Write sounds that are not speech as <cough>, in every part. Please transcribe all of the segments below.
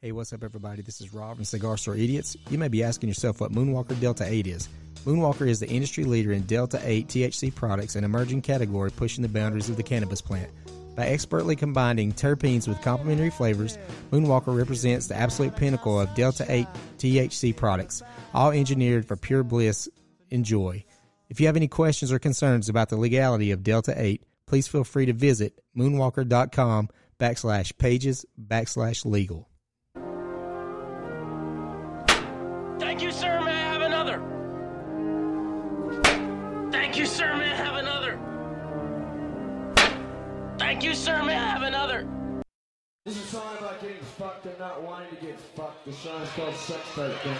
Hey, what's up, everybody? This is Rob from Cigar Store Idiots. You may be asking yourself what Moonwalker Delta 8 is. Moonwalker is the industry leader in Delta 8 THC products, an emerging category pushing the boundaries of the cannabis plant. By expertly combining terpenes with complementary flavors, Moonwalker represents the absolute pinnacle of Delta 8 THC products, all engineered for pure bliss. Enjoy. If you have any questions or concerns about the legality of Delta 8, please feel free to visit moonwalker.com backslash pages backslash legal. Thank you, sir. May I have another? Thank you, sir. May I have another? Thank you, sir. May I have another? This is a song about getting fucked and not wanting to get fucked. The song is called Sex Type Thing.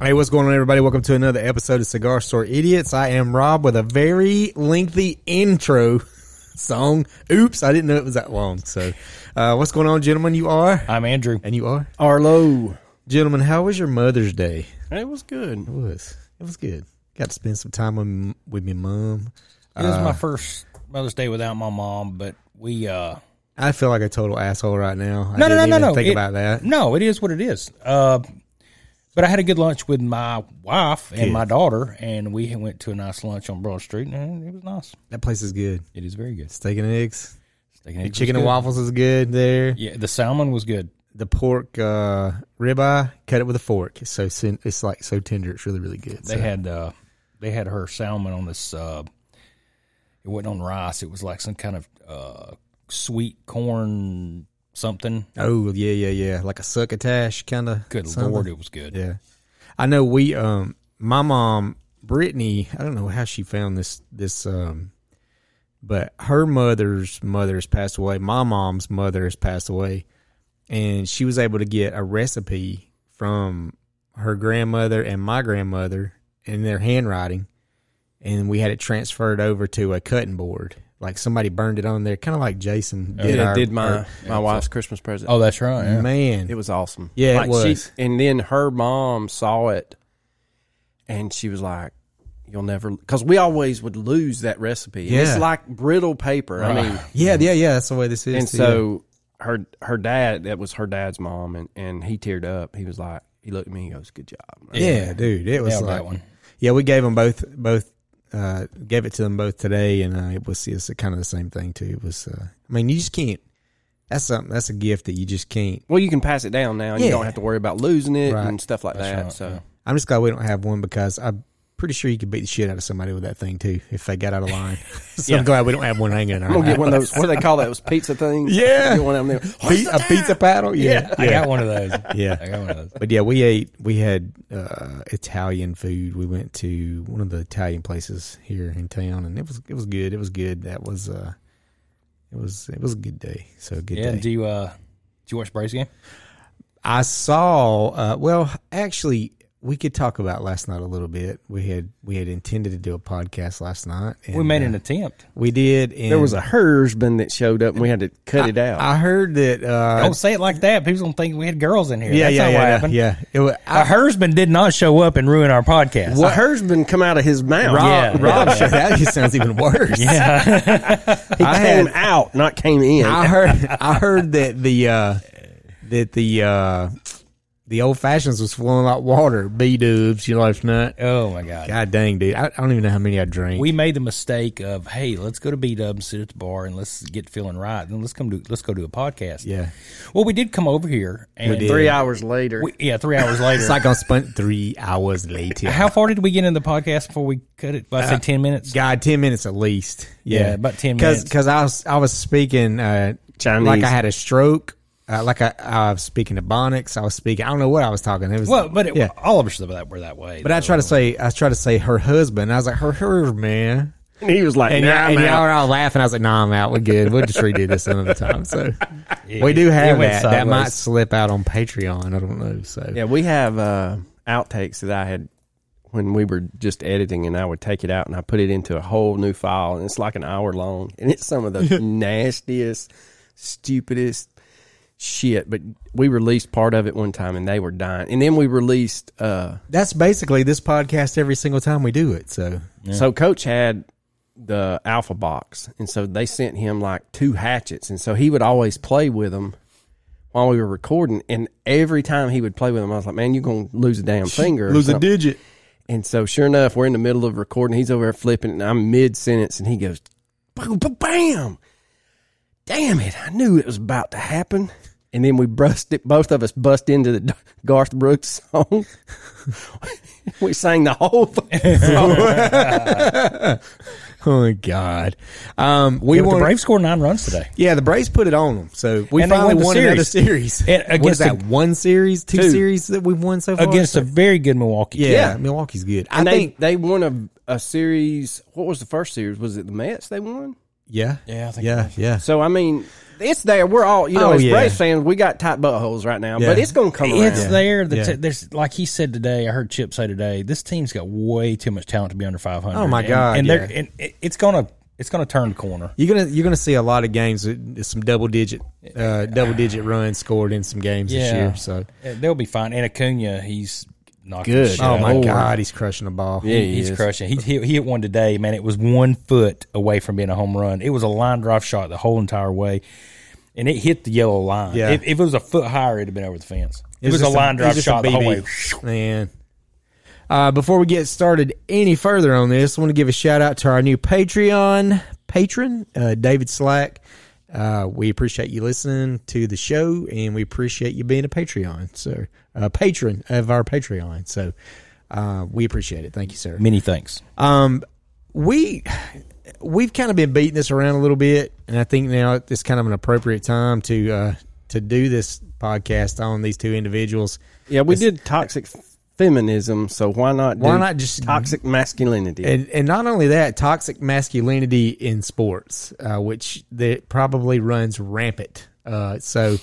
Hey, what's going on, everybody? Welcome to another episode of Cigar Store Idiots. I am Rob with a very lengthy intro <laughs> song. Oops, I didn't know it was that long. So, uh, what's going on, gentlemen? You are, I'm Andrew. and you are, Arlo. gentlemen. How was your Mother's Day? It was good. It It was. It was good. Got to spend some time with, with my mom. was my first Mother's Day without my mom, but we uh Uh, I feel like a total asshole right now. I no no no didn't no even no Think It- about that. No, it is what it is. Uh, but I had a good lunch with my wife and my daughter, and we went to a nice lunch on Broad Street, and it was nice. That place is good. It is very good. Steak and eggs, Steak and eggs was chicken and good. waffles is good there. Yeah, the salmon was good. The pork uh, ribeye, cut it with a fork. It's so sin- it's like so tender. It's really really good. They So- had uh, they had her salmon on this. Uh, it wasn't on rice. It was like some kind of uh, sweet corn something. Oh yeah, yeah, yeah, like a succotash kind of. Good lord, it was good. Yeah, I know. We um, my mom Brittany. I don't know how she found this this um, but her mother's mother has passed away. My mom's mother has passed away, and she was able to get a recipe from her grandmother and my grandmother in their handwriting, and we had it transferred over to a cutting board. Like somebody burned it on there, kind of like Jason did. Yeah, our- did my our- my wife's Christmas present. Oh, that's right. Yeah. man? it was awesome. Yeah, it like was. She, and then her mom saw it, and she was like, "You'll never," because we always would lose that recipe. And Yeah. It's like brittle paper. I mean, Yeah, yeah, yeah. That's the way this is. and too. so her her dad that was her dad's mom, and and he teared up. He was like, he looked at me, he goes, "Good job." yeah, dude, it was Nailed like that one. Yeah, we gave them both both uh, gave it to them both today, and uh, it was it's kind of the same thing too. It was, uh, I mean, you just can't. That's something. That's a gift that you just can't. Well, you can pass it down now. and You Yeah. don't have to worry about losing it Right. and stuff like that. so. I'm just glad we don't have one because I'm pretty sure you could beat the shit out of somebody with that thing too if they got out of line. <laughs> so I'm glad we don't have one hanging. I'm gonna get one of those. What do they call that? Those pizza things. <laughs> Yeah. get one of them. There. a pizza paddle. Yeah, <laughs> I got one <laughs> of those. yeah. I got one of those. But yeah, we ate. We had uh, Italian food. We went to one of the Italian places here in town, and it was it was good. It was good. That was uh, it was it was a good day. So good Yeah. day. Do you uh, do you watch the Braves game? I saw. Uh, well, actually, we could talk about last night a little bit. We had we had intended to do a podcast last night. And, We made uh, an attempt. We did. And There was a herdsman that showed up, and we had to cut it out. I heard that. Uh, Don't say it like that. People don't think we had girls in here. yeah, That's yeah, not what yeah, yeah, happened. yeah. It was, I, A herdsman did not show up and ruin our podcast. What herdsman come out of his mouth? Rob- Rob, said that just sounds even <laughs> worse. he I came had- out, not came in. <laughs> I heard I heard that the uh, that the uh, the old fashions was flowing like water. B dubs, you know, if not. Oh my god. God dang, dude! I, I don't even know how many I drank. We made the mistake of hey, let's go to B Dub and sit at the bar and let's get feeling right. Then let's come to let's go do a podcast. yeah, Well, we did come over here and We did. Three hours later, we- yeah, <laughs> three hours later. it's like I spent three hours later. How far did we get into the podcast before we cut it? Uh, I say ten minutes. God, ten minutes at least. Yeah, Yeah, about 10 minutes. Because I was I was speaking uh, Chinese. like I had a stroke. Uh, like I, I was speaking Ebonics. I was speaking. I don't know what I was talking. It was well, but it, yeah. all of us were that, were that way. But I tried to say I tried to say her husband. I was like her her man. and he was like, And, nah, y'all- I'm and y'all out. were all laughing. I was like, "Nah, I'm out. We're good. We'll just redo this another time." So <laughs> we do have it went that. That might sideways. slip out on Patreon. I don't know. So Yeah, we have uh, outtakes that I had when we were just editing, and I would take it out and I put it into a whole new file, and it's like an hour long, and it's some <laughs> of the nastiest, stupidest shit. But we released part of it one time, and they were dying, and then we released. Uh, that's basically this podcast every single time we do it. So <laughs> So Coach had the alpha box, and so they sent him like two hatchets, and so he would always play with them while we were recording. And every time he would play with them, I was like, "Man, you're gonna lose a <laughs> damn finger, or something." digit. And so, sure enough, we're in the middle of recording. He's over there flipping, and I'm mid sentence, and he goes, "Boom, ba- bam! Damn it! I knew it was about to happen." And then we bust it. Both of us bust into the D- Garth Brooks <laughs> song. we sang the whole <laughs> fucking song. Oh my god. Um, we Yeah, but want the Braves scored nine runs today. Yeah, the Braves put it on them. So we And they finally won the won series. another series. And <laughs> what is against that? the- one series, two, Two. series that we've won so far Against a very good Milwaukee. yeah, team. yeah. Milwaukee's good. I And they, think. they won a, a series. What was the first series? Was it the Mets they won? Yeah, Yeah, I think yeah, it was. yeah. So, I mean, it's there. We're all, you Oh, know, as yeah. Braves fans, we got tight buttholes right now, but Yeah. it's going to come around. It's there. The Yeah. t- there's like he said today. I heard Chip say today. This team's got way too much talent to be under 500. Oh, my And- God, And, yeah. they're and it, it's gonna it's gonna turn the corner. You're gonna you're gonna see a lot of games with some double digit uh, double digit runs scored in some games this Yeah. year. So Uh, They'll be fine. And Acuna, he's not Good. oh my Lord. god, he's crushing the ball. Yeah, he he's is. crushing. He, he he hit one today, man. It was one foot away from being a home run. It was a line drive shot the whole entire way, and it hit the yellow line. Yeah. If, if it was a foot higher, it'd have been over the fence. It, was, just a line drive it was just a shot the whole way. BB. Man. Uh, before we get started any further on this, I want to give a shout out to our new Patreon patron, uh, David Slack. Uh, we appreciate you listening to the show, and we appreciate you being a Patreon, so a patron of our Patreon. So uh, we appreciate it. Thank you, sir. Many thanks. Um, we we've kind of been beating this around a little bit, and I think now it's kind of an appropriate time to uh, to do this podcast on these two individuals. Yeah, we did toxic feminism, so why not? Why do not just- toxic masculinity? And, and not only that, toxic masculinity in sports, uh, which that probably runs rampant. Uh, so,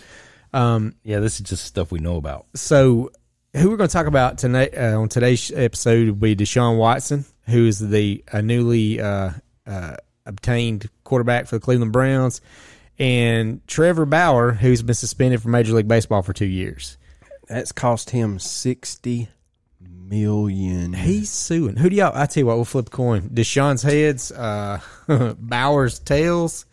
Yeah, this is just stuff we know about. so who we're going to talk about tonight uh, on today's sh- episode will be Deshaun Watson, who is the uh, newly uh, uh, obtained quarterback for the Cleveland Browns, and Trevor Bauer, who's been suspended from Major League Baseball for two years. That's cost him sixty million. He's suing. Who do y'all? I tell you what, we'll flip a coin. Deshaun's heads, uh, <laughs> Bauer's tails.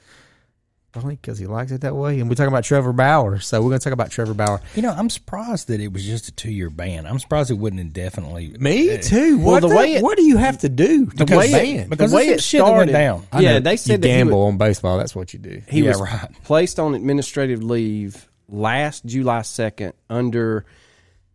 Probably because he likes it that way. And we're talking about Trevor Bauer, so we're going to talk about Trevor Bauer. You know, I'm surprised that it was just a two year ban. I'm surprised it wouldn't indefinitely. uh, Me too. Well, what the way it- what do you have to do to Because- be way it- banned? because some shit that went down. I Yeah, know. they said you that he gamble was- on baseball. That's what you do. He Yeah, was right. placed on administrative leave last July 2nd under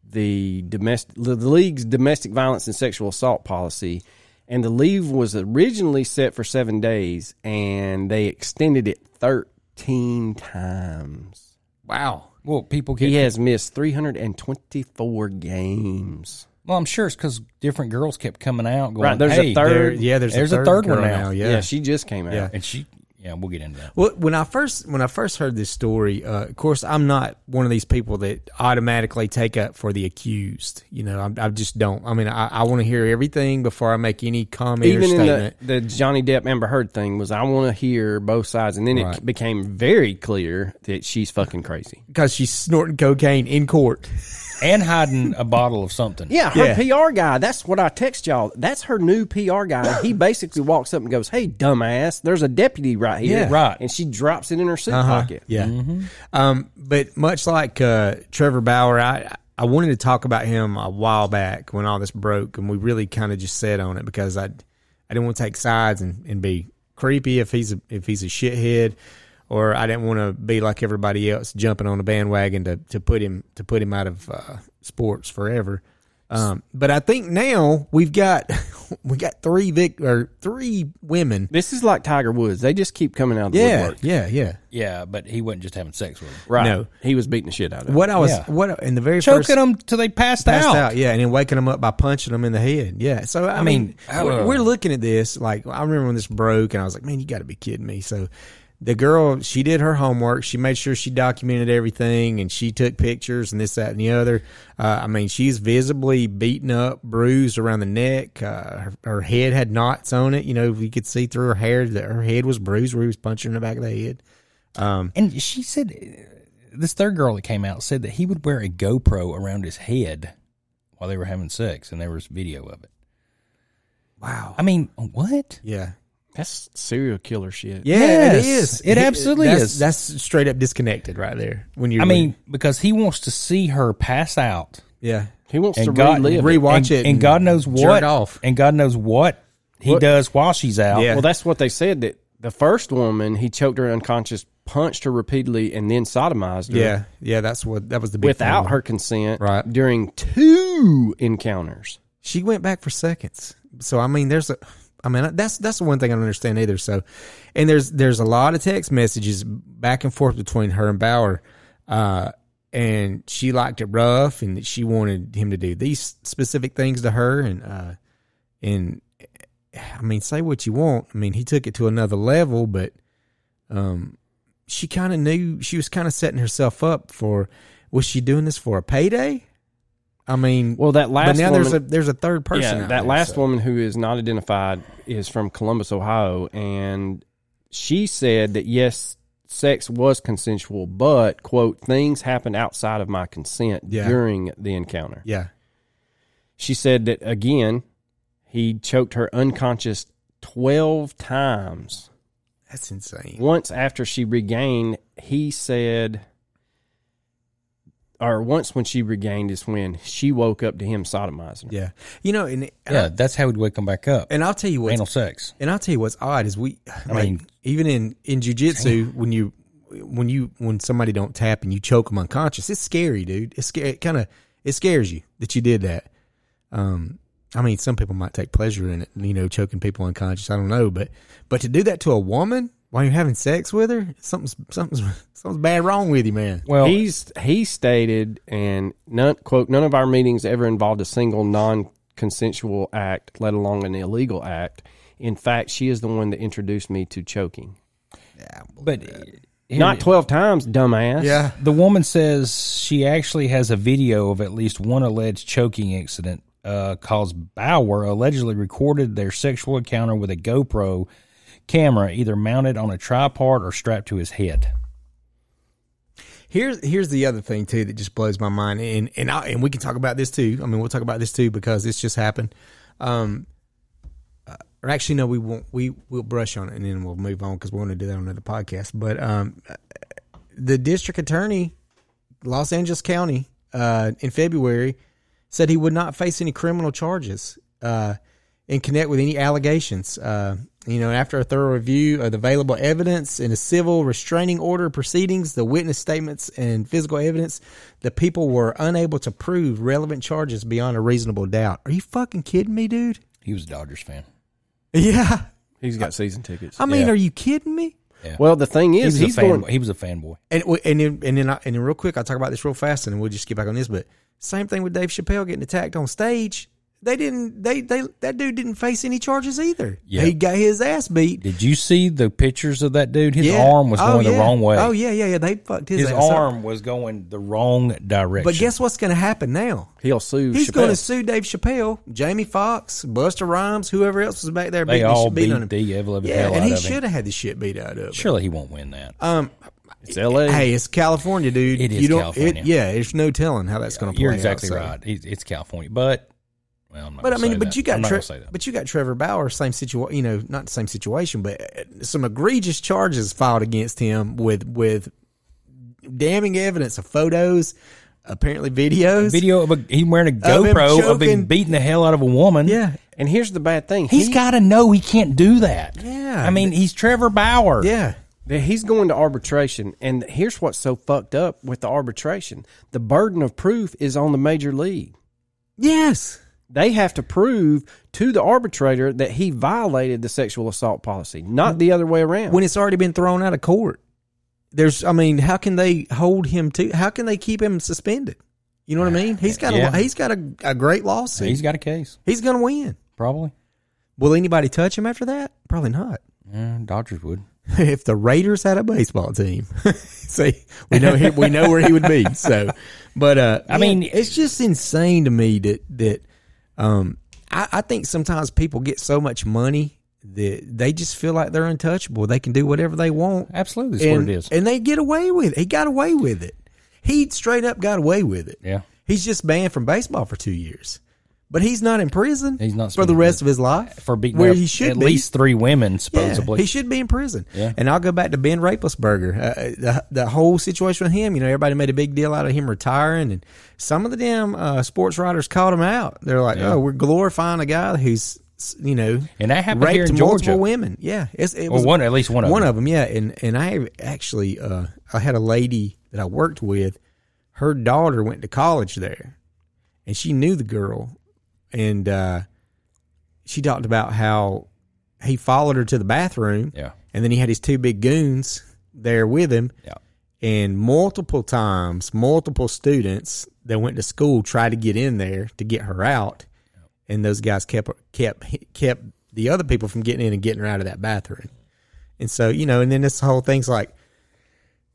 the domestic the league's domestic violence and sexual assault policy and the leave was originally set for 7 days and they extended it 13 times. Wow. Well, people get. He has missed 324 games. Well, I'm sure it's because different girls kept coming out. Going, Right, there's a "Hey, third- there- yeah, there's, there's a third, one girl now. now. Yeah, Yeah. she just came out. Yeah. <laughs> and she. Yeah, we'll get into that. Well, when I first when I first heard this story, uh, of course, I'm not one of these people that automatically take up for the accused. You know, I'm, I just don't. I mean, I, I want to hear everything before I make any comment or Even in the, statement. the Johnny Depp Amber Heard thing was I want to hear both sides, and then Right. it became very clear that she's fucking crazy. Because she's snorting cocaine in court. And hiding a bottle of something. Yeah, her Yeah. PR guy. That's what I text y'all. That's her new PR <coughs> guy. he basically walks up and goes, "Hey, dumbass, there's a deputy right here." Yeah. Uh-huh. Right. And she drops it in her suit pocket. Yeah. Mm-hmm. Um, but much like uh, Trevor Bauer, I I wanted to talk about him a while back when all this broke, and we really kind of just sat on it because I I didn't want to take sides and, and be creepy if he's a, if he's a shithead, or I didn't want to be like everybody else jumping on the bandwagon to, to put him to put him out of uh, sports forever. Um, but I think now we've got <laughs> we got three vic or three women. This is like Tiger Woods. They just keep coming out of the woodwork. yeah, yeah. Yeah, but he wasn't just having sex with her. Right. No. He was beating the shit out of What I was Yeah. what in the very first Choking them till they passed, passed out. out. yeah, and then waking them up by punching them in the head. Yeah, so I, mean, mean, we're, uh, we're looking at this like I remember when this broke, and I was like, man, you got to be kidding me. So the girl, she did her homework. She made sure she documented everything, and she took pictures and this, that, and the other. Uh, I mean, she's visibly beaten up, bruised around the neck. Uh, her, her head had knots on it. You know, we could see through her hair that her head was bruised where he was punching her in the back of the head. And she said, uh, this third girl that came out said that he would wear a GoPro around his head while they were having sex, and there was video of it. Wow. I mean, what? Yeah. That's serial killer shit. Yeah, Yes, it is. it absolutely that's- is. That's straight up disconnected right there. When you, I mean, because he wants to see her pass out yeah, He wants to and God relive. re- it. Rewatch and- it and God and knows jerk what, off. and God knows what he What- does while she's out. Yeah. Well, that's what they said that the first woman he choked her unconscious, punched her repeatedly, and then sodomized her. yeah, yeah. That's what that was the big Without thing. her consent, Right. during two encounters, She went back for seconds. So I mean, there's a. I mean, that's that's the one thing I don't understand either. So, and there's there's a lot of text messages back and forth between her and Bauer, uh, and she liked it rough, and that she wanted him to do these specific things to her, and uh, and I mean, say what you want. I mean, he took it to another level, but um, she kind of knew she was kind of setting herself up for. Was she doing this for a payday? I mean, Well, that last but now woman, there's a there's a third person. yeah, out that there, last so- woman who is not identified is from Columbus, Ohio, and she said that yes, sex was consensual, but quote things happened outside of my consent Yeah. during the encounter. Yeah, She said that again, he choked her unconscious twelve times. that's insane. Once after she regained, he said, or once when she regained is when she woke up to him sodomizing her. Yeah, you know, and and, Yeah, I, that's how he'd wake them back up. and I'll tell you what, Anal sex. and I'll tell you what's odd is we. I mean, mean- even in in jujitsu, when you when you when somebody don't tap and you choke them unconscious, it's scary, dude. It's scary. It kind of it scares you that you did that. Um, I mean, some people might take pleasure in it, you know, choking people unconscious. I don't know, but but to do that to a woman while you're having sex with her, something's something's something's bad wrong with you, man. Well, he's he stated and none quote none of our meetings ever involved a single non-consensual act let alone an illegal act in fact she is the one that introduced me to choking but here- not 12 times dumbass The woman says she actually has a video of at least one alleged choking incident uh, caused Bauer allegedly recorded their sexual encounter with a GoPro camera, either mounted on a tripod or strapped to his head. Here's here's the other thing too that just blows my mind, and and I, and we can talk about this too. I mean, we'll talk about this too because this just happened. Um, uh, or actually, no, we won't. We we'll brush on it and then we'll move on because we want to do that on another podcast. But um, uh, the district attorney, Los Angeles County, uh, in February, said he would not face any criminal charges. Uh, and connect with any allegations. Uh, you know, after a thorough review of the available evidence in a civil restraining order proceedings, the witness statements and physical evidence, the people were unable to prove relevant charges beyond a reasonable doubt. Are you fucking kidding me, dude? He was a Dodgers fan. Yeah. he's got season tickets I mean, Yeah. are you kidding me? well the thing He is was he's a fanboy. going He was a fanboy. And w- and then, and then I, and then real quick, I'll talk about this real fast, and then we'll just get back on this. But same thing with Dave Chappelle getting attacked on stage. They didn't. They they that dude didn't face any charges either. Yeah. He got his ass beat. Did you see the pictures of that dude? His Yeah. arm was Oh, going yeah. the wrong way. Oh yeah, yeah, yeah. They fucked his, his ass up. arm was going the wrong direction. But guess what's going to happen now? He'll sue. He's Chappelle. going to sue Dave Chappelle, Jamie Foxx, Buster Rhymes, whoever else was back there. They beating the all shit- beating beat on him. the ever living Yeah, hell and out he of him. should have had the shit beat out of him. Surely he won't win that. Um, It's L.A. hey, it's California, dude. It is you don't, California. It, yeah, there's no telling how that's going to play. You're out, exactly so. right. It- It's California, but well, I'm not. But I gonna mean, say but that. you got I'm not Tre- gonna say that. but you got Trevor Bauer, same situation. You know, not the same situation, but uh, some egregious charges filed against him with with damning evidence of photos, apparently videos. video of a he wearing a Of him GoPro of choking. him beating the hell out of a woman. Yeah, And here's the bad thing. he's he, got to know he can't do that. Yeah. I mean, he's Trevor Bauer. yeah. that he's going to arbitration, and here's what's so fucked up with the arbitration: the burden of proof is on the major league. Yes. They have to prove to the arbitrator that he violated the sexual assault policy, not the other way around. when it's already been thrown out of court. There's, I mean, how can they hold him to? How can they keep him suspended? You know what I mean? He's got Yeah. a he's got a, a great So lawsuit. he's He's, got a case going to win. probably. Will anybody touch him after that? Probably not. Yeah, Dodgers would. <laughs> if the Raiders had a baseball team, <laughs> see, we know he, we know where he would be. So, but uh, I mean- it's just insane to me that that um, I, I think sometimes people get so much money that they just feel like they're untouchable. They can do whatever they want. Absolutely, that's and, what it is. and they get away with it. He got away with it. He straight up got away with it. Yeah. He's just banned from baseball for two years. But he's not in prison He's not for the supposed- rest of his life. For beating where up he should at be. least three women, supposedly. Yeah, he should be in prison. Yeah. And I'll go back to Ben Roethlisberger. Uh, the, the whole situation with him, you know, everybody made a big deal out of him retiring, and some of the damn uh, sports writers called him out. They're like, "Oh, we're glorifying a guy who's." You know, And that happened raped here in multiple Georgia. women. Yeah, it's, it Or was one- at least one of one them. of them. Yeah, and and I actually uh, I had a lady that I worked with. Her daughter went to college there, and she knew the girl, and uh, she talked about how he followed her to the bathroom. Yeah. And then he had his two big goons there with him. Yeah. And multiple times, multiple students that went to school tried to get in there to get her out, and those guys kept kept kept the other people from getting in and getting her out of that bathroom. And so you know, and then this whole thing's like,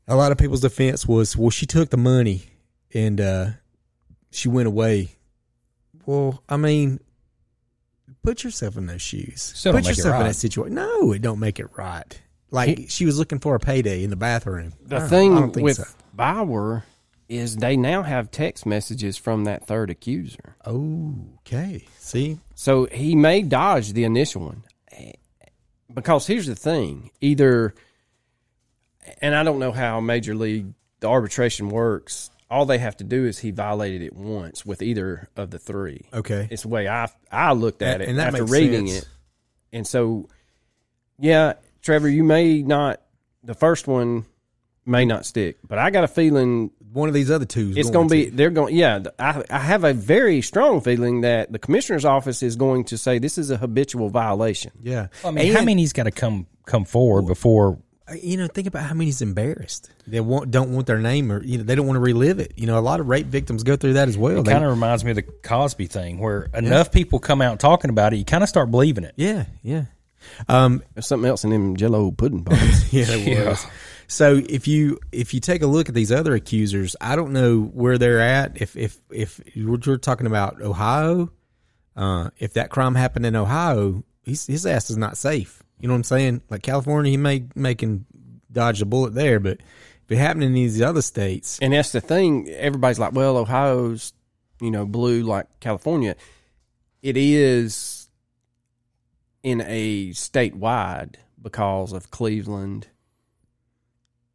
a lot of people's defense was, well, she took the money and uh, she went away. Well, I mean, put yourself in those shoes. Still don't put make it yourself in right. that situation. No, it don't make it right. Like she was looking for a payday in the bathroom. I the don't- thing Uh-huh. I don't think with so. Bauer is they now have text messages from that third accuser. okay, see, So he may dodge the initial one. Because here's the thing either, and I don't know how Major League, the arbitration works. All they have to do is he violated it once with either of the three. okay, It's the way I, I looked at And- it and that after makes reading sense. it. And so, yeah, Trevor, you may not, the first one may not stick, but I got a feeling one of these other two. it's going to be they're going yeah th- I, I have a very strong feeling that the commissioner's office is going to say this is a habitual violation yeah. I mean, how And- many's got to come come forward before? you know, think about how many's embarrassed. They want, don't want their name, or you know, they don't want to relive it. You know, a lot of rape victims go through that as well. It They- kind of reminds me of the Cosby thing, where enough people come out talking about it, you kind of start believing it. yeah, yeah. Um, there's something else in them jello pudding pops <laughs> yeah, it was. So if you if you take a look at these other accusers, I don't know where they're at. If if if we're we're talking about Ohio, uh, if that crime happened in Ohio, he's, his ass is not safe. You know what I'm saying? Like California, he may making dodge a bullet there, but if it happened in these other states, and that's the thing everybody's like well ohio's you know blue like california it is in a statewide because of cleveland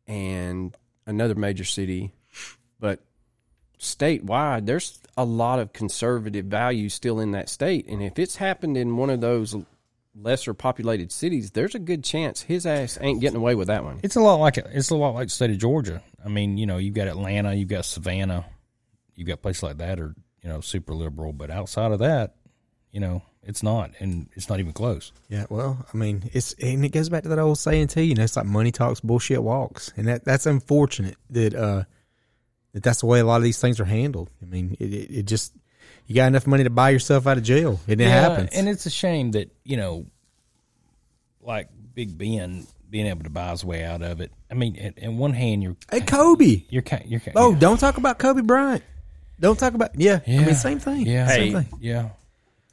and another major city but statewide, there's a lot of conservative values still in that state. And if it's happened in one of those lesser populated cities, there's a good chance his ass ain't getting away with that one. It's a lot like it's a lot like the state of Georgia. I mean, you know, you've got Atlanta, you've got Savannah, you've got places like that are you know super liberal, but outside of that, you know, it's not, and it's not even close. yeah. Well, I mean, it's and it goes back to that old saying too. You know, it's like money talks, bullshit walks, and that that's unfortunate that uh that that's the way a lot of these things are handled. I mean, it it, it just You got enough money to buy yourself out of jail, and it Yeah, happens. And it's a shame that, you know, like Big Ben being able to buy his way out of it. I mean, in, in one hand, you're, hey, Kobe. you're kind, you're kind Oh, don't talk about Kobe Bryant. Don't talk about yeah. I Yeah. mean, same thing. yeah, same hey, thing. yeah.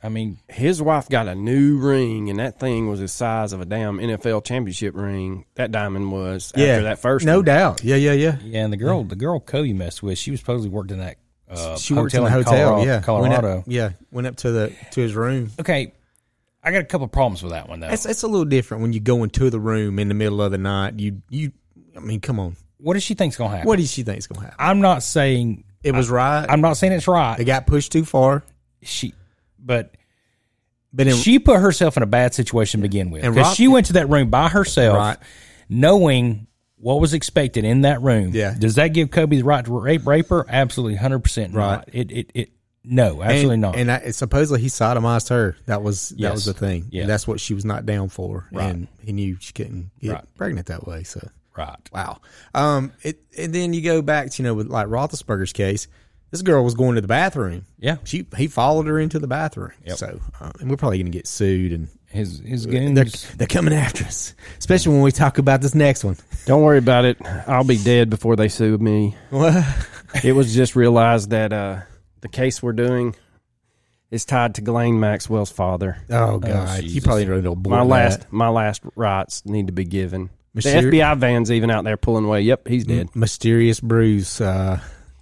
I mean, His wife got a new ring, and that thing was the size of a damn NFL championship ring. That diamond was Yeah, after that first. no one. doubt. Yeah, yeah, yeah. yeah, and the girl, the girl Cody messed with, she was supposedly worked in that. Uh, She worked in hotel the hotel. Colorado, yeah, Colorado. Went up, yeah, went up to the to his room. Okay, I got a couple problems with that one though. It's it's a little different when you go into the room in the middle of the night. You you, I mean, come on. what does she think's gonna happen? What do she think's gonna happen? I'm not saying It was right. I'm not saying it's it right. got pushed too far, She, but but in, she put herself in a bad situation to begin with And because Rock- she went to that room by herself, Right. knowing what was expected in that room. Yeah. Does that give Kobe the right to rape, rape her? Absolutely, hundred percent. Right. Not. It, it, it. No, absolutely and, not. And I, supposedly he sodomized her. That was that Yes. was the thing. Yeah. And that's what she was not down for. Right. And he knew she couldn't get Right. pregnant that way. So right. Wow. Um, it, and then you go back to, you know, with like Roethlisberger's case, this girl was going to the bathroom. Yeah. She, he followed her into the bathroom. So, um, and we're probably going to get sued and His his they're, goons. they're coming after us, especially when we talk about this next one. <laughs> Don't worry about it. I'll be dead before they sue me. Oh, it was just realized that uh, the case we're doing is tied to Glenn Maxwell's father. Oh, God. you Jesus. probably don't know. My last my last rights need to be given. Monsieur- Mm. The FBI van's even out there pulling away. Yep, he's dead. mysterious bruise. Uh,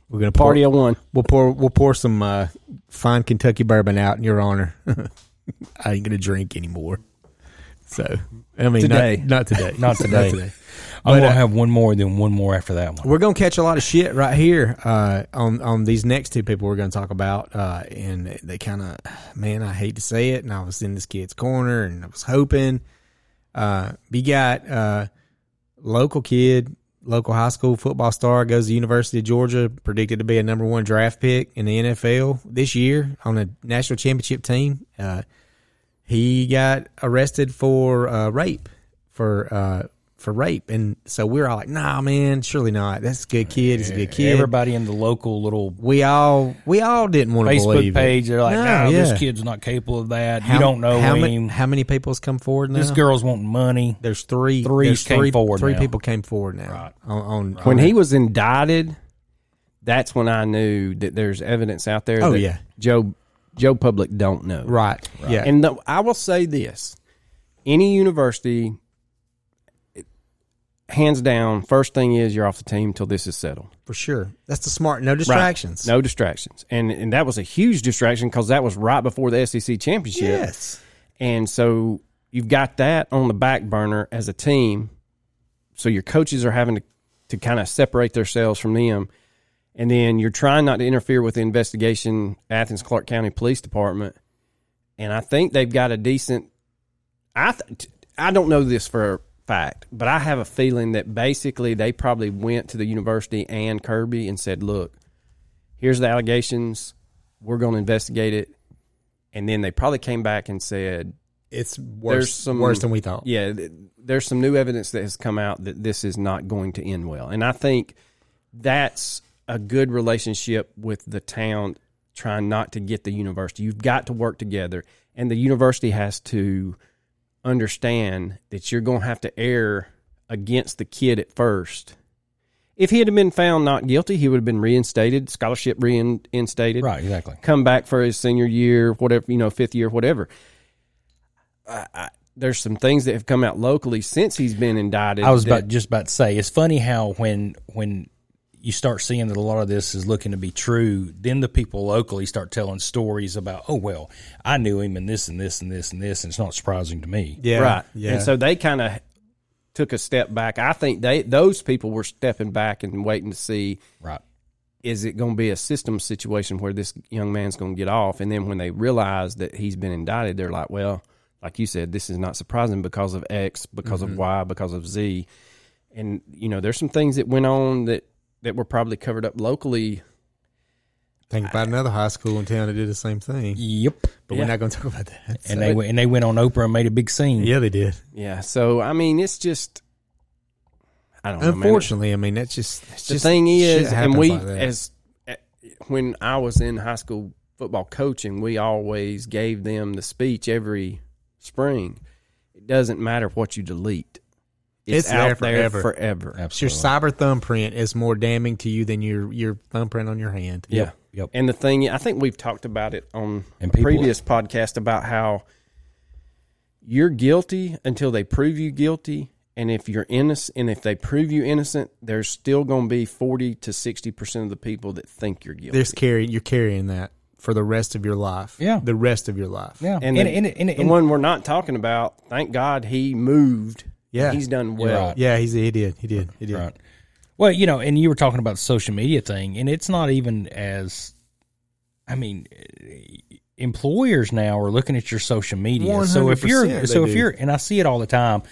we're going to Party of one. We'll pour we'll pour some uh, fine Kentucky bourbon out in your honor. <laughs> I ain't gonna drink anymore. So I mean Today. not, <laughs> not today. Not today. I'm but, gonna uh, have one more, then one more after that one. We're gonna catch a lot of shit right here uh, on on these next two people we're gonna talk about, uh, and they kind of man, I hate to say it, and I was in this kid's corner, and I was hoping. Uh, we got uh, local kid, local high school football star goes to University of Georgia, predicted to be a number one draft pick in the NFL this year on a national championship team. Uh, he got arrested for uh, rape for uh, for rape, and so we're all like, "Nah, man, surely not. That's a good kid. He's a good kid." Everybody in the local little we all we all didn't want to Facebook believe it. page, they're like, No, yeah. "No, this kid's not capable of that. How- you don't know how, ma- him. how many people has come forward now. this girl's wanting money." there's three, Three there's came forward Three now. people came forward now. On, on When on- he was indicted, that's when I knew that there's evidence out there. Oh, that yeah. Joe Joe Public don't know. right, yeah, And the, I will say this: any university, hands down, first thing is you're off the team till this is settled. for sure. That's the smart. No distractions. No distractions, and and that was a huge distraction because that was right before the SEC championship. Yes. And so you've got that on the back burner as a team. So your coaches are having to, to kind of separate themselves from them. And then you're trying not to interfere with the investigation, Athens Clark County Police Department. And I think they've got a decent. I th- I don't know this for a fact, but I have a feeling that basically they probably went to the university and Kirby and said, "Look, here's the allegations. We're going to investigate it." And then they probably came back and said, It's there's worse. some worse than we thought. Yeah, th- there's some new evidence that has come out that this is not going to end well, and I think that's a good relationship with the town trying not to get the university. You've got to work together, and the university has to understand that you're going to have to err against the kid at first. If he had been found not guilty, he would have been reinstated, scholarship reinstated Right, exactly. come back for his senior year, whatever, you know, fifth year, whatever. I, I, there's some things that have come out locally since he's been indicted. I was that- about just about to say, it's funny how when when you start seeing that a lot of this is looking to be true, then the people locally start telling stories about, "Oh well, I knew him and this and this and this and this," and it's not surprising to me. yeah, right. Yeah. And so they kind of took a step back. I think they those people were stepping back and waiting to see Right. is it going to be a system situation where this young man's going to get off? And then when they realize that he's been indicted, they're like, well, like you said, this is not surprising because of X, because of Y, because of Z. And, you know, there's some things that went on that, that were probably covered up locally. think about another high school in town that did the same thing, Yep. but we're not going to talk about that. And they went and they went on Oprah and made a big scene. <laughs> yeah, they did. Yeah. So, I mean, it's just, I don't know. man. Unfortunately, I mean that's just that's the just thing shit is, and happens we like that. as when I was in high school, football coaching, we always gave them the speech every spring. It doesn't matter what you delete. It's, It's there out there forever. forever. It's your Absolutely. cyber thumbprint is more damning to you than your your thumbprint on your hand. Yeah. Yep. And the thing, I think we've talked about it on And a people- previous podcast about how you're guilty until they prove you guilty. And if you're innocent, and if they prove you innocent, there's still going to be 40 to 60% of the people that think you're guilty. There's carrying you're carrying that for the rest of your life. Yeah. the rest of your life. Yeah. and, the, the one we're not talking about, thank God he moved. Yeah. He's done You're well. right. yeah. He's he did he did he did. Right. Well, you know, and you were talking about the social media thing, and it's not even as, I mean, eh, employers now are looking at your social media. So if you're, 100% so they if do. you're, and I see it all the time.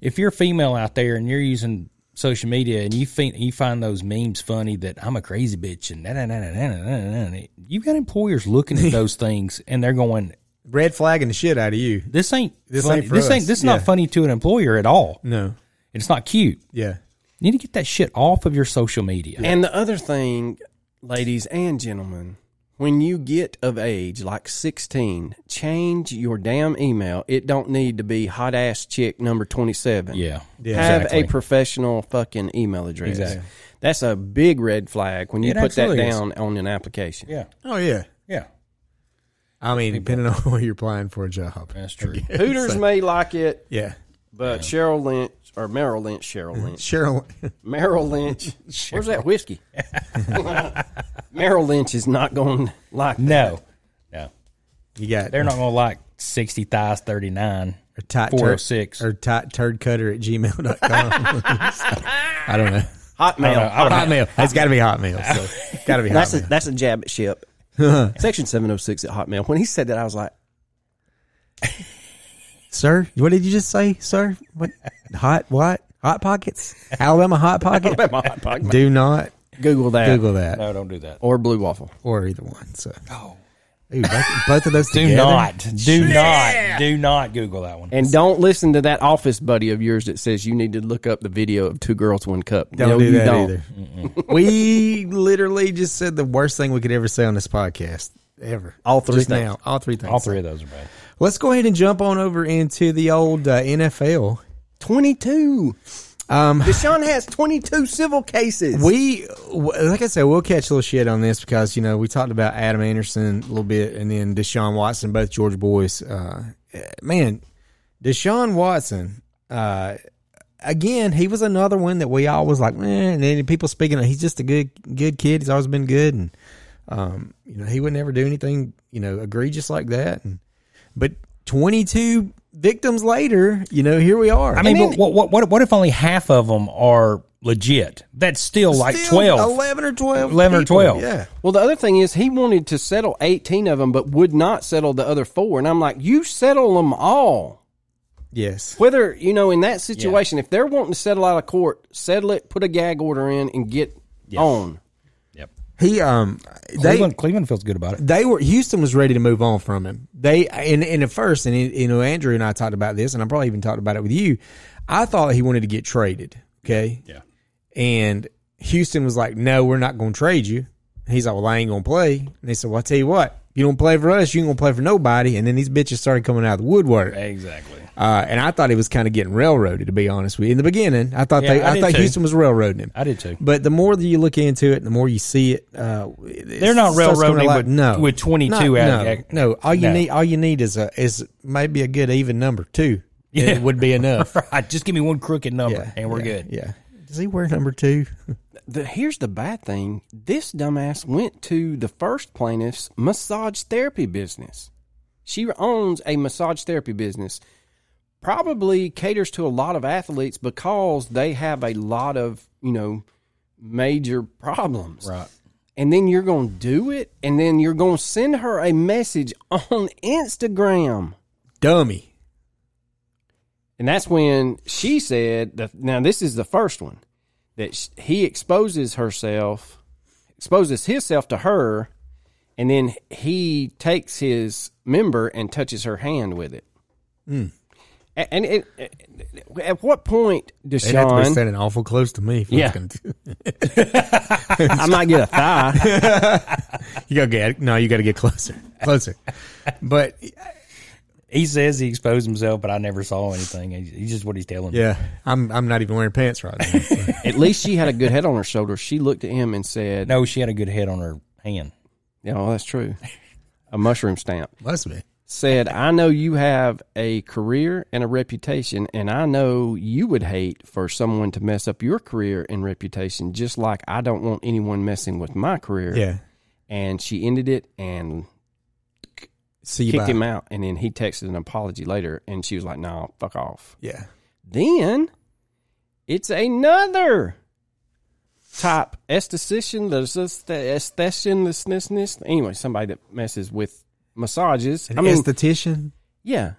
If you're a female out there and you're using social media and you think you find those memes funny that I'm a crazy bitch and da da da da da da da, da, you got employers <laughs> looking at those things and they're going, Red flagging the shit out of you. this ain't This funny. ain't for this ain't us. this is Yeah. Mm. not funny to an employer at all. No. It's not cute. Yeah. You need to get that shit off of your social media. And the other thing, ladies and gentlemen, when you get of age, like 16, change your damn email. It don't need to be hot ass chick number 27. Yeah. Have exactly. a professional fucking email address. Exactly. That's a big red flag when you It put that absolutely is. down on an application. Yeah. Oh yeah. Yeah. I mean, depending on <laughs> where you're applying for a job. That's true. Hooters may like it, Yeah. but Cheryl Lynch or Merrill Lynch, Mm-hmm. Cheryl Lynch. Cheryl. <laughs> Merrill Lynch. Where's that whiskey? <laughs> Merrill Lynch is not going to like that. No. <laughs> No. You got They're not oh going to like 60 thighs 39. or tight 406. Turd, or tight turd cutter at gmail.com. <laughs> <laughs> I don't know. Hotmail. Hotmail. It's got to be Hotmail. So it's got to be That's a, Hotmail. that's a jab <laughs> at ship. Section 706 at Hotmail. When he said that, I was like, sir, what did you just say, sir? What hot what? Hot pockets? Alabama <laughs> hot pocket? my hot pocket. Do not Google that. Google that No, don't do that. Or Blue Waffle. or either one. So, Ooh, both, both of those <laughs> Do together? not. Do not. Do not Google that one. And don't listen to that office buddy of yours that says you need to look up the video of Two Girls, One Cup. Don't No, do you that either. we literally just said the worst thing we could ever say on this podcast ever. All three Just things. now. All three things. All three of those are bad. Let's go ahead and jump on over into the old uh, NFL. 22. Um, Deshaun has 22 civil cases. We, w- like I said, we'll catch a little shit on this because you know we talked about Adam Anderson a little bit, and then Deshaun Watson, both George boys. Uh, man, Deshaun Watson. Uh, again, he was another one that we all was like, man. And then people speaking, of, he's just a good, good kid. He's always been good, and um, you know he would never do anything, you know, egregious like that. And but twenty two victims later, you know, here we are. I mean, but what, what, what, what if only half of them are legit? That's still, like 12. 11 or 12 11 or people. 12. yeah Well, the other thing is he wanted to settle 18 of them, but would not settle the other four. And I'm like, you settle them all. yes Whether, you know, in that situation, if they're wanting to settle out of court, settle it, put a gag order in, and get on. He um Oh, they Cleveland, Cleveland feels good about it. they were Houston was ready to move on from him. They in in the first and you know Andrew and I talked about this and I probably even talked about it with you. I thought he wanted to get traded. Okay. Yeah. And Houston was like, "No, we're not going to trade you." And he's like, "Well, I ain't going to play." And they said, "Well, I tell you what, you don't play for us, you ain't going to play for nobody." And then these bitches started coming out of the woodwork. Exactly. Uh, and I thought he was kind of getting railroaded, to be honest with you. In the beginning, I thought Yeah, they, I I, did thought too. Houston was railroading him. I did too. But the more that you look into it, the more you see it. Uh, it They're not starts coming railroading alive. with- with 22 Not- out no, of- no, all you No. need, all you need is a is maybe a good even number two. It would be enough. <laughs> Right. Just give me one crooked number and we're yeah, good. Yeah. Does he wear number two? <laughs> The, here's the bad thing this dumbass went to the first plaintiff's massage therapy business. She owns a massage therapy business, probably caters to a lot of athletes because they have a lot of, you know, major problems. Right. and then you're going to do it and then you're going to send her a message on Instagram. Dummy. And that's when she said, the, now this is the first one that sh- he exposes herself, exposes himself to her, and then he takes his member and touches her hand with it. A- And it, at what point, They'd have to be <laughs> Deshaun, standing awful close to me. If I was Yeah. gonna do- I might get a thigh. You go get no. You got to get closer, <laughs> closer. But He says he exposed himself, but I never saw anything. He- He's just what he's telling me. yeah, I'm I'm not even wearing pants right <laughs> now. At least she had a good head on her shoulder. She looked at him and said, No, she had a good head on her hand. Yeah, well, that's true. A mushroom stamp. Must be. Said, I know you have a career and a reputation, and I know you would hate for someone to mess up your career and reputation, just like I don't want anyone messing with my career. Yeah. And she ended it and See you. kicked bye. him out. And then he texted an apology later, and she was like, No, fuck off. Yeah. Then it's another top esthetician, the esthetician, anyway, somebody that messes with massages. An I mean, esthetician. yeah.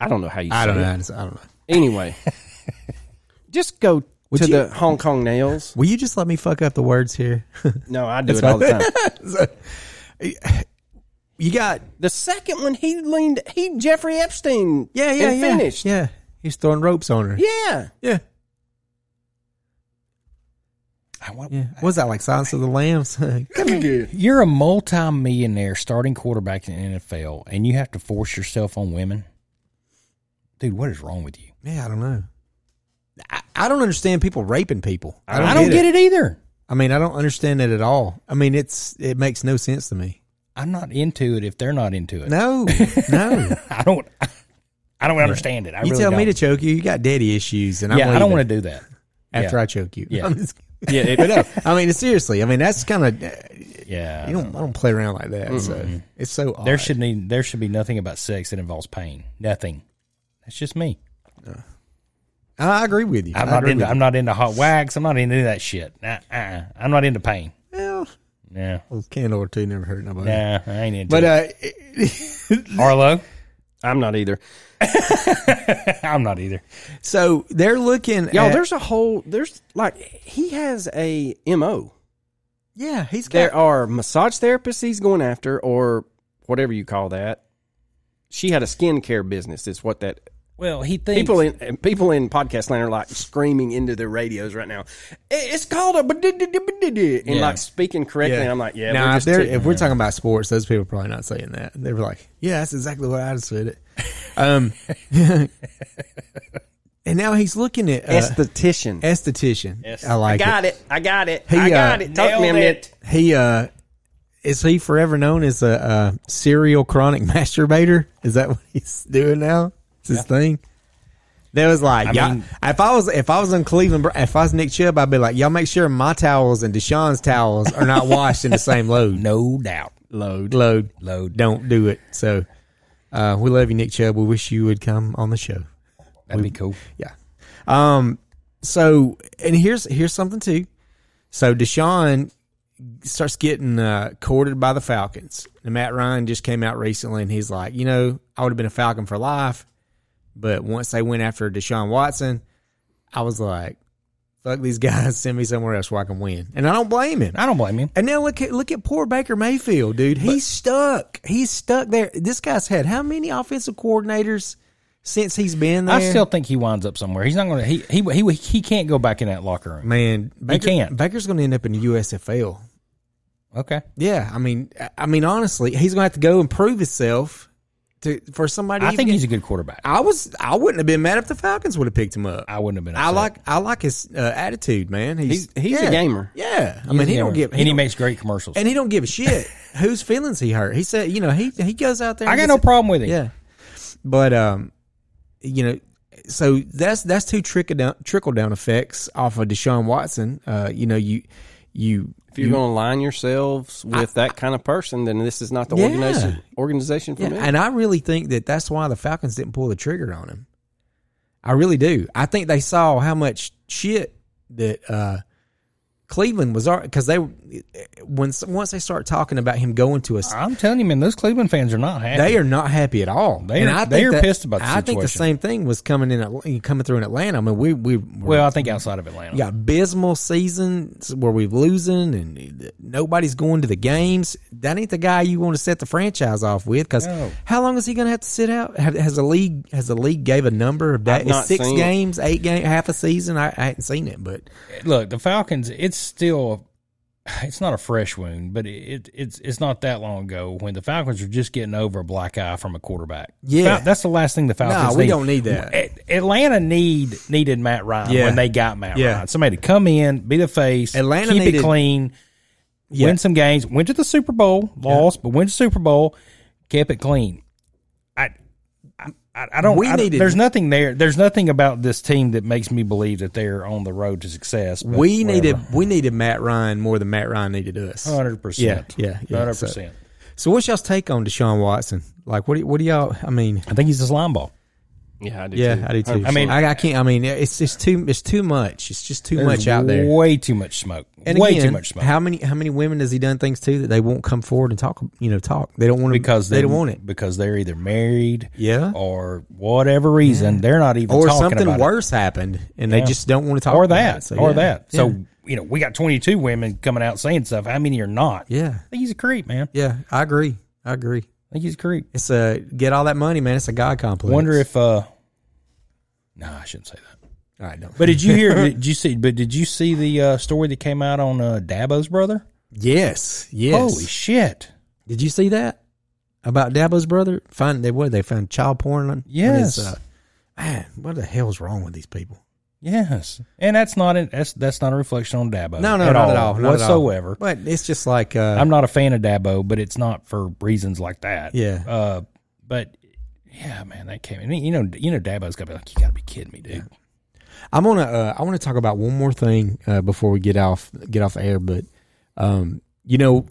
I don't know how you say I don't know. it. I, just- I don't know. Anyway, <laughs> just go Would to you- the Hong Kong nails. Will you just let me fuck up the words here? No, I do it all the time. <laughs> you got The second one, he leaned, he, Jeffrey Epstein. yeah, yeah, and yeah. finished. Yeah. He's throwing ropes on her. Yeah. Yeah. I want- Yeah. What's that like? Silence of the Lambs. <laughs> You're a multi-millionaire starting quarterback in the NFL, and you have to force yourself on women. Dude, what is wrong with you? Yeah, I don't know. I, I don't understand people raping people. I I don't get it either. I mean, I don't understand it at all. I mean, it's it makes no sense to me. I'm not into it if they're not into it. No, no. <laughs> I don't. I don't understand it. I you really tell me to don't. choke you, you got daddy issues, and I'm Yeah, I don't leaving want to do that. after yeah. I choke you. <laughs> Yeah. I'm just- Yeah. <laughs> It, but no, I mean, seriously, I mean that's kind of you Yeah, don't I don't play around like that. So it's so odd. there should be there should be nothing about sex that involves pain. Nothing. That's just me. I I agree with you. I'm I not agree into. with I'm not into hot wax. I'm not into that shit. Nah, uh-uh. I'm not into pain. you. Well, Yeah, a candle or two never hurt nobody. nah, I ain't into. But it. uh, Arlo, I'm not either. I'm not either. so they're looking. Y'all, at- Oh, there's a whole, there's like, he has a MO. yeah, he's got there are massage therapists he's going after, or whatever you call that. She had a skincare business. Is what that Well, he thinks people in people in podcast land are like screaming into their radios right now. "I- It's called a ba-di-di-di-di-di-di," and Yeah. like speaking correctly. Yeah. And I'm like, yeah, Now, we're if, just they're, too- if we're talking about sports, those people are probably not saying that. They were like, "Yeah, that's exactly what I said <laughs> it." Um, <laughs> and now he's looking at uh, esthetician. esthetician. I like I got it. I got it. He, I got uh, it. Talk to me a nailed minute. it. He uh, is he forever known as a, a serial chronic <laughs> masturbator? Is that what he's doing now? It's his thing. That was like, y'all, mean- if I was if I was in Cleveland, if I was Nick Chubb, I'd be like, y'all make sure my towels and Deshaun's towels are not washed in the same load. <laughs> no doubt. load load Load. don't do it so uh, we love you nick chubb we wish you would come on the show That'd be cool. yeah um so and here's here's something too so deshaun starts getting uh, courted by the falcons and matt ryan just came out recently and he's like you know i would have been a falcon for life but once they went after deshaun watson i was like fuck these <laughs> guys send me somewhere else where i can win and i don't blame him I don't blame him. and now look at look at poor Baker Mayfield, dude. He's stuck. He's stuck there. This guy's had how many offensive coordinators since he's been there? I still think he winds up somewhere. He's not going to. He, he he he can't go back in that locker room. man, Baker, can't. Baker's going to end up in the USFL. Okay. Yeah, I mean, I- I mean, honestly, he's going to have to go and prove himself to for somebody. to I even think get- he's a good quarterback. I, I was. I wouldn't have been mad if the Falcons would have picked him up. wouldn't have been. I upset. like. I like his uh, attitude, man. He's He's- he's a yeah. gamer. Yeah, I He's mean, a he don't gamer. give. and he don't- makes great commercials. and he don't give a <laughs> shit whose feelings he hurt. He said, you know, he he goes out there. I and got gets no it- problem with him. Yeah, but um, you know, so that's that's two trickle down trickle down effects off of Deshaun Watson. Uh, you know, you you If you're going to align yourselves with that kind of person, then this is not the Yeah. organization organization for yeah, me. and I really think that that's why the Falcons didn't pull the trigger on him. I really do. I think they saw how much shit that uh, Cleveland was because they when once they start talking about him going to a I'm telling you, man, those Cleveland fans are not happy. They are not happy at all. They And are- I think they are that- pissed about the I think the situation. same thing was coming in Atl- coming through in Atlanta. I mean, we we well, I think outside of Atlanta. we got abysmal seasons where we're losing and nobody's going to the games. That ain't the guy you want to set the franchise off with. Because No. how long is he going to have to sit out? Have, has the league has the league gave a number of that? I've not It's six seen it. games, eight game, half a season. I, I hadn't seen it, but Look, the Falcons. It's still it's not a fresh wound, but it, it's it's not that long ago when the Falcons were just getting over a black eye from a quarterback. Yeah. Fal- that's the last thing the Falcons. we don't need that. A- Atlanta need needed Matt Ryan Yeah. when they got Matt Yeah. Ryan. Somebody to come in, be the face, Atlanta keep needed- it clean, Yeah. win some games, went to the Super Bowl, lost, but went to Super Bowl, kept it clean. I. I- I, I don't. We I, don't- needed- There's nothing there. There's nothing about this team that makes me believe that they're on the road to success. but we whatever. needed we needed Matt Ryan more than Matt Ryan needed us. Hundred percent. Yeah, yeah, yeah. Hundred So- percent. So what's y'all's take on Deshaun Watson? Like what do, what do y'all I mean I think he's a slime ball. Yeah, I do. yeah, too. I do too. I I mean, mean, I, can't. I mean, it's it's too it's too much. It's just too much out there. Way too much smoke. and way again, too much smoke. How many how many women has he done things to that they won't come forward and talk? You know, talk. They don't want to because they, don't want it, Because they're either married, Yeah. or whatever reason, they're not even or talking something about it. worse happened and they just don't want to talk. or about that, it. So, or yeah. that. Yeah. So you know, we got twenty two women coming out saying stuff. How many are not? yeah, I think he's a creep, man. yeah, I agree. I agree. I think he's a creep. It's a get all that money, man. It's a god complex. Wonder if. uh No, I shouldn't say that. I don't. But did you hear? did you see? But did you see the uh, story that came out on uh, Dabo's brother? <laughs> yes, yes. Holy shit! Did you see that about Dabo's brother? Find they what they found child porn on- on. his, Yes. uh, man, what the hell's wrong with these people? Yes, and that's not an, that's that's not a reflection on Dabo. No, no, not at all, not at all. Uh, whatsoever. But it's just like uh, I'm not a fan of Dabo, but it's not for reasons like that. Yeah. Uh, but yeah, man, that came. And you know, you know, Dabo's got to be like, you got to be kidding me, dude. I'm gonna uh, I want to talk about one more thing uh, before we get off get off air, but um, you know,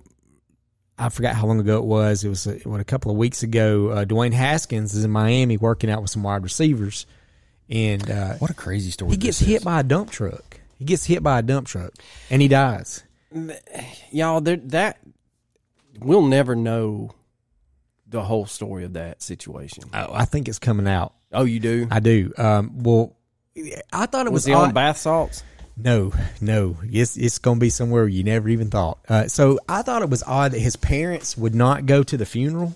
I forgot how long ago it was. It was uh, what a couple of weeks ago. Uh, Dwayne Haskins is in Miami working out with some wide receivers, and uh, What a crazy story. he gets this hit is. by a dump truck. He gets hit by a dump truck and he dies. y'all there that we'll never know the whole story of that situation Oh, I think it's coming out. oh you do I do. Um, well, I thought it was was, he on odd- bath salts No, no. It's it's gonna be somewhere you never even thought. Uh, so I thought it was odd that his parents would not go to the funeral,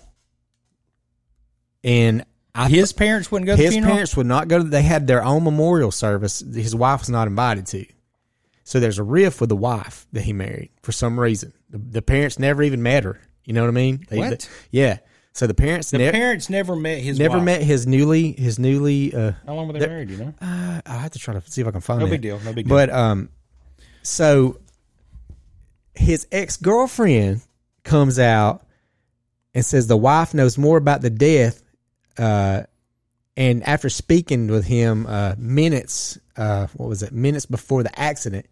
and I His parents wouldn't go to the his funeral. parents would not go. To, they had their own memorial service. His wife was not invited to. So there's a riff with the wife that he married for some reason. The, the parents never even met her. You know what I mean? They- What? yeah. So the parents the ne- parents never met his. never wife. met his newly his newly. Uh, How long were they married? You know, I have to try to see if I can find No that. big deal, no big deal. But um, so his ex girlfriend comes out and says the wife knows more about the death. Uh, and after speaking with him uh, minutes, uh, what was it? Minutes before the accident,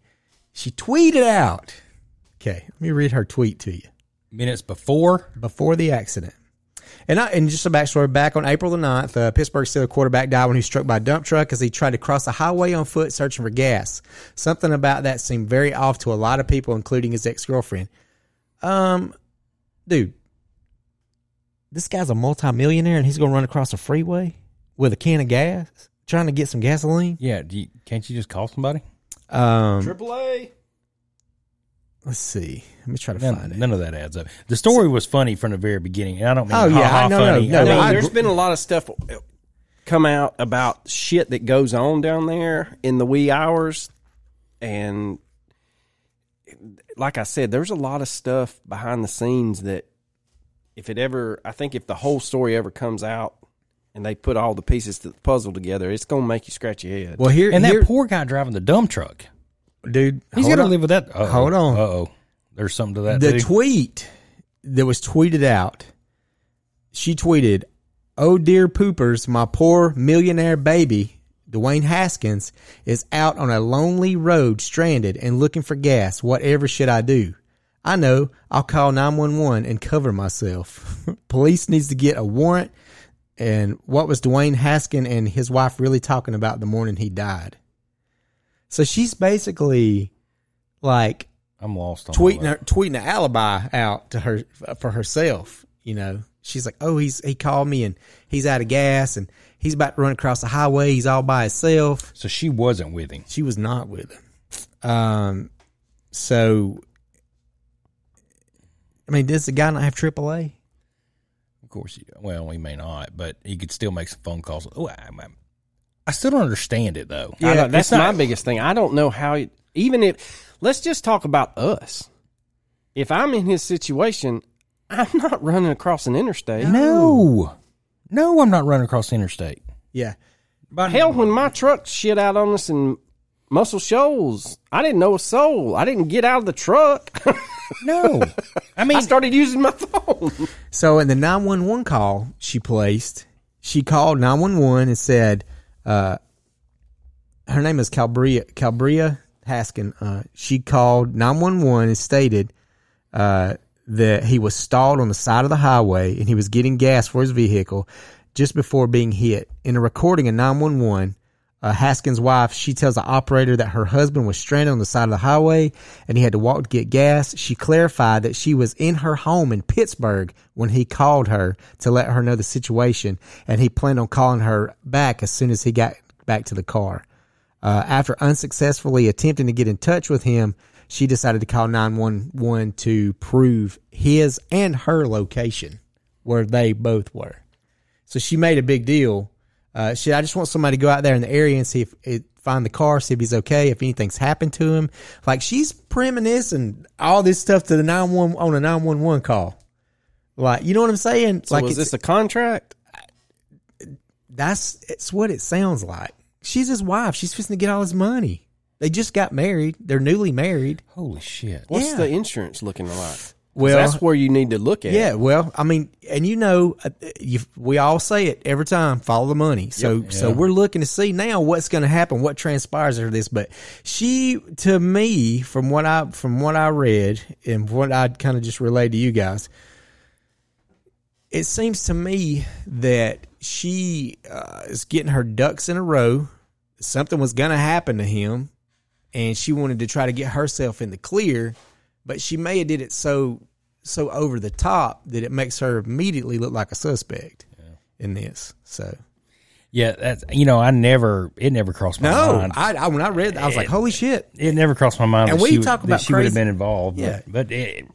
she tweeted out. Okay, let me read her tweet to you minutes before. before the accident. And, I, and just a backstory, back on April the 9th, uh, Pittsburgh Steelers quarterback died when he was struck by a dump truck as he tried to cross a highway on foot searching for gas. Something about that seemed very off to a lot of people, including his ex-girlfriend. Um, dude, this guy's a multimillionaire and he's going to run across a freeway with a can of gas trying to get some gasoline. Yeah, do you, can't you just call somebody? Um, AAA. let's see. Let me try to None, find it. none of that adds up. The story was funny from the very beginning, and I don't mean Oh, ha, yeah, ha, I- no, no, funny. no, I no, mean, I- there's been a lot of stuff come out about shit that goes on down there in the wee hours and like i said there's a lot of stuff behind the scenes that if it ever i think if the whole story ever comes out and they put all the pieces to the puzzle together it's going to make you scratch your head Well, here, and here- that poor guy driving the dump truck. dude, He's hold got to on. live with that. Uh-oh. Hold on. Uh oh. There's something to that. the too. tweet that was tweeted out, she tweeted, "Oh dear poopers, my poor millionaire baby, Dwayne Haskins is out on a lonely road, stranded and looking for gas. Whatever should I do? I know I'll call nine one one and cover myself. <laughs> Police needs to get a warrant." And what was Dwayne Haskins and his wife really talking about the morning he died? So she's basically like I'm lost on all tweeting that. her, tweeting an alibi out to her for herself. You know, she's like, "Oh, he's he called me and he's out of gas and he's about to run across the highway. He's all by himself." So she wasn't with him. She was not with him. Um, so I mean, does the guy not have AAA? Of course, he, well, he may not, but he could still make some phone calls. Oh, I, I, I still don't understand it though. I Yeah, don't- that's it's not- my biggest thing. I don't know how, it, even if, let's just talk about us. If I'm in his situation, I'm not running across an interstate. No. No, I'm not running across the interstate. Yeah. Hell, when my truck shit out on us in Muscle Shoals, I didn't know a soul. I didn't get out of the truck. <laughs> No. I mean, I started using my phone. So in the 911 call she placed, she called 911 and said, uh, her name is Calbria, Calbria Haskin. Uh, she called 911 and stated uh, that he was stalled on the side of the highway and he was getting gas for his vehicle just before being hit. In a recording of 911, uh, Haskins' wife, she tells the operator that her husband was stranded on the side of the highway and he had to walk to get gas. She clarified that she was in her home in Pittsburgh when he called her to let her know the situation, and he planned on calling her back as soon as he got back to the car. Uh, after unsuccessfully attempting to get in touch with him, she decided to call 911 to prove his and her location where they both were. So she made a big deal. Uh, she, I just want somebody to go out there in the area and see if it, find the car, see if he's okay, if anything's happened to him. Like she's premonition all this stuff to the nine one on a nine one one call. Like you know what I'm saying? So like was it's- this a contract? that's it's what it sounds like. She's his wife. She's fixing to get all his money. They just got married. They're newly married. holy shit. What's Yeah. the insurance looking like? Well- Well, that's where you need to look at. Yeah. Well, I mean, and you know, uh, you, we all say it every time: follow the money. So, so we're looking to see now what's going to happen, what transpires after this. But she, to me, from what I from what I read and what I kind of just relayed to you guys, it seems to me that she uh, is getting her ducks in a row. Something was going to happen to him, and she wanted to try to get herself in the clear. But she may have did it so so over the top that it makes her immediately look like a suspect in this. So Yeah, that's, you know, I never, it never crossed my no, mind. I, I when I read that, I was like, holy shit. it never crossed my mind And that we she, would- talk about that she would have crazy- been involved. Yeah. But, but it,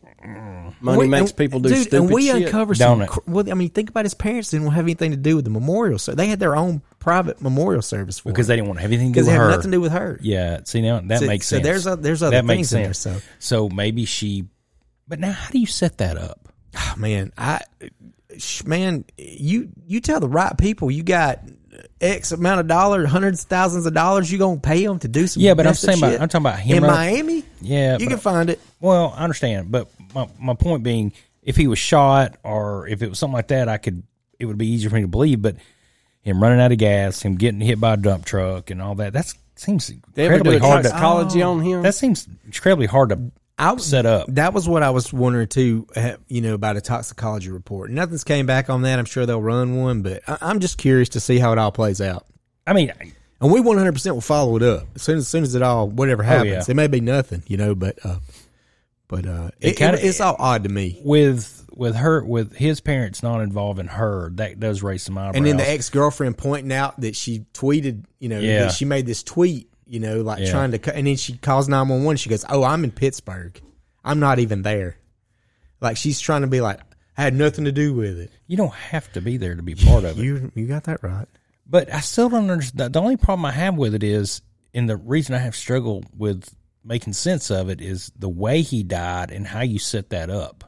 money We- makes and- people do dude, stupid and we shit. uncover Don't some. it? cr- Well, I mean, think about his parents didn't have anything to do with the memorial, so they had their own private memorial service for because they didn't want to have anything to do because it with had her. nothing to do with her. yeah, see now that So- makes so sense. there's o- there's other that makes things in there, sense. so. so maybe she, but now how do you set that up? Oh, man, I sh- man, you you tell the right people you got X amount of dollars, hundreds of thousands of dollars, you gonna pay them to do some. Yeah, but I'm messed up saying about- shit. I'm talking about him in right- Miami. Yeah, you but- can find it. Well, I understand, but my my point being, if he was shot or if it was something like that, I could it would be easier for me to believe. But him running out of gas, him getting hit by a dump truck, and all that—that seems They ever do incredibly a hard. To, toxicology on him? that seems incredibly hard to I, set up. That was what I was wondering too. eh, You know about a toxicology report. Nothing's came back on that. I'm sure they'll run one, but I, I'm just curious to see how it all plays out. I mean, And we 100 percent will follow it up as soon as, soon as it all whatever happens. Oh, yeah. It may be nothing, you know, but uh, but uh, it, kinda- it- it's all odd to me. with with her with his parents not involving her, that does raise some eyebrows. And then the ex girlfriend pointing out that she tweeted, you know, Yeah. that she made this tweet, you know, like Yeah. trying to, cut- and then she calls 911. She goes, Oh, I'm in Pittsburgh. I'm not even there. Like she's trying to be like, I had nothing to do with it. you don't have to be there to be part of it. You you got that right. But I still don't understand. The only problem I have with it is, and the reason I have struggled with making sense of it is the way he died and how you set that up.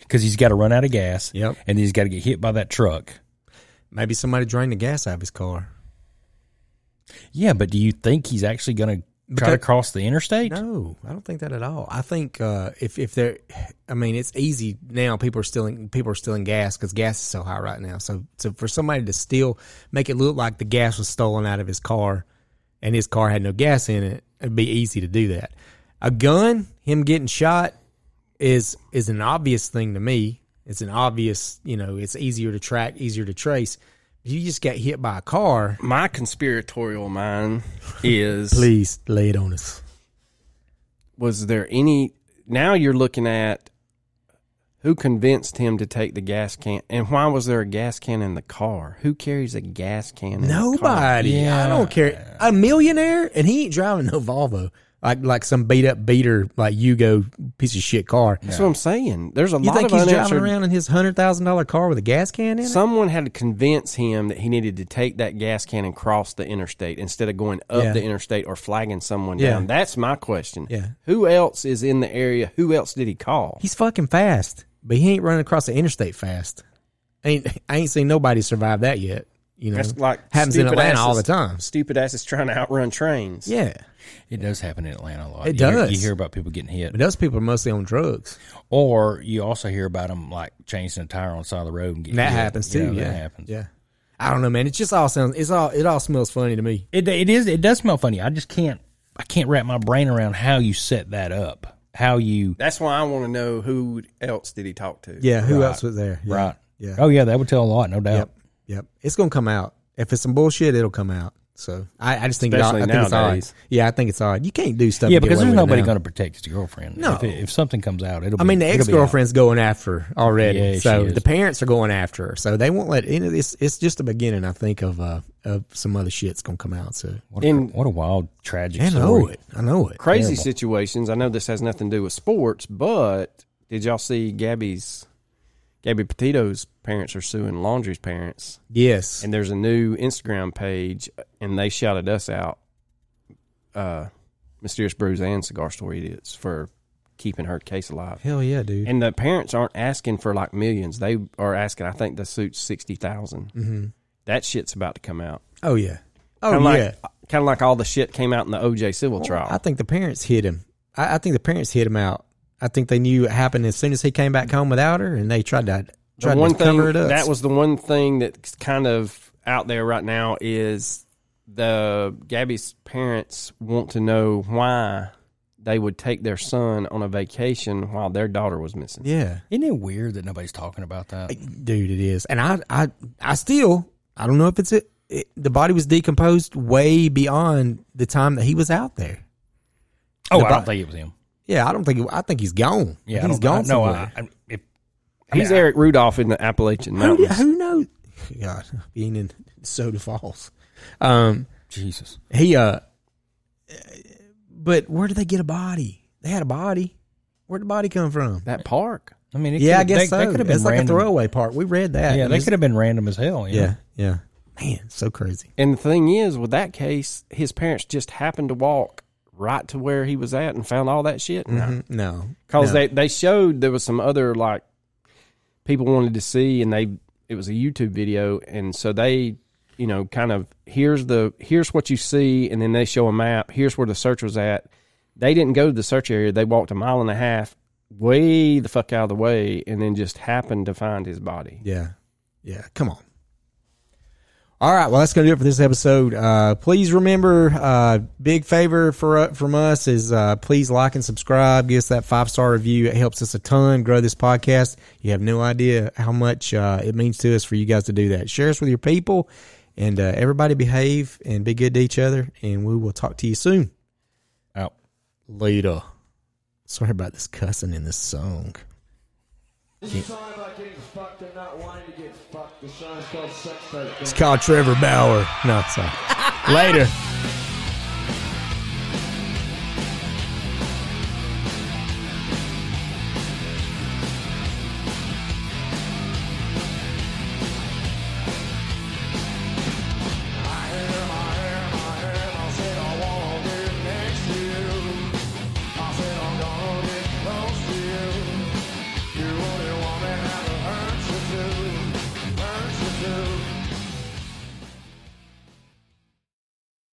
Because he's got to run out of gas, Yep. and he's got to get hit by that truck. Maybe somebody drained the gas out of his car. Yeah, but do you think he's actually going to try to Because- cross the interstate? No, I don't think that at all. I think uh, if if they're, I mean, it's easy now. People are stealing. People are stealing gas because gas is so high right now. So so for somebody to steal, make it look like the gas was stolen out of his car, and his car had no gas in it, it'd be easy to do that. A gun, him getting shot, is is an obvious thing to me. It's an obvious, you know, it's easier to track, easier to trace. If you just got hit by a car, My conspiratorial <laughs> mind is please lay it on us. was there any now you're looking at who convinced him to take the gas can and why was there a gas can in the car who carries a gas can in the car? Nobody. I don't care. A millionaire and he ain't driving no Volvo. like like some beat up beater like Yugo piece of shit car. That's what I'm saying. There's a You lot think of he's driving unanswered- around in his hundred thousand dollar car with a gas can in it? Someone had to convince him that he needed to take that gas can and cross the interstate instead of going up Yeah. the interstate or flagging someone Yeah. down. That's my question. Yeah. Who else is in the area? Who else did he call? He's fucking fast, but he ain't running across the interstate fast. Ain't I ain't seen nobody survive that yet. You know, That's like happens in stupid Atlanta all the asses- time. Stupid asses trying to outrun trains. Yeah, It does happen in Atlanta a lot. It You hear- does. you hear about people getting hit. but those people are mostly on drugs. Or you also hear about them like changing a tire on the side of the road and getting And that hit. happens too. Yeah, that happens. Yeah, I don't know, man. It just all sounds. It's all. It all smells funny to me. It it is it does smell funny. I just can't I can't wrap my brain around how you set that up. How you That's why I want to know who else did he talk to. Yeah, who else was there? Yeah. right? Yeah. Oh yeah, that would tell a lot, no doubt. Yep. Yep. It's gonna come out. If it's some bullshit, it'll come out. So I, I just think, it, I Especially think it's odd. nowadays. Yeah, I think it's odd. You can't do stuff. Yeah, and get because away there's with it nobody now. going to protect his girlfriend. No. If, it- if something comes out, it'll. Be, I mean, the it'll be ex girlfriend's going after her already. Yeah, she so is. the parents are going after her. So they won't let. You know, it's it's just the beginning, I think, of uh of some other shit's gonna come out. So out. What a, in- what a wild, tragic I story. know it. I know it. Crazy Terrible. situations. I know this has nothing to do with sports, but did y'all see Gabby's Gabby Petito's parents are suing Laundry's parents? Yes. and there's a new Instagram page, and they shouted us out, uh, Mysterious Brews and Cigar Store Idiots for keeping her case alive. Hell yeah, dude. And the parents aren't asking for like millions; they are asking. I think the suit's sixty Mm-hmm. That shit's about to come out. oh yeah. Oh Kinda yeah. like, Kind of like all the shit came out in the OJ civil trial. I think the parents hid him. I, I think the parents hid him out. I think they knew it happened as soon as he came back home without her, and they tried to the tried one to thing cover it up. that was the one thing that's kind of out there right now is the Gabby's parents want to know why they would take their son on a vacation while their daughter was missing. yeah, Isn't it weird that nobody's talking about that? dude, it is. And I, I, I still, I don't know if it's it. it the body was decomposed way beyond the time that he was out there. oh, I the- don't think it was him. Yeah, I don't think. I think he's gone. Yeah, he's I don't, gone. I, no, somewhere. I, I, if, He's Eric Rudolph in the Appalachian who, Mountains. who knows? God, <laughs> being in Soda Falls. Um, Jesus, He uh but where did they get a body? They had a body. Where'd the body come from? That park. I mean, it yeah, I could've- guess they, so. They could have been it's like random. a throwaway part. We read that. Yeah, And they it's- could have been random as hell. Yeah, yeah. Man, so crazy. And the thing is, with that case, his parents just happened to walk right to where he was at and found all that shit. No. Mm, No, because no. they they showed there was some other like people wanted to see and they it was a youtube video and so they you know kind of here's the here's what you see and then they show a map here's where the search was at they didn't go to the search area they walked a mile and a half way the fuck out of the way and then just happened to find his body Yeah. Yeah. Come on. All right. Well, that's going to do it for this episode. Uh, please remember, uh, big favor for uh, from us is uh, please like and subscribe. Give us that five star review. It helps us a ton. Grow this podcast. You have no idea how much uh, it means to us for you guys to do that. Share us with your people, and uh, everybody behave and be good to each other. And we will talk to you soon. Out. Later. Sorry about this cussing in this song. This is time about getting fucked and not wanting to get fucked. The show's called Sex Tape. It's called Trevor Bauer. No, sorry. Later.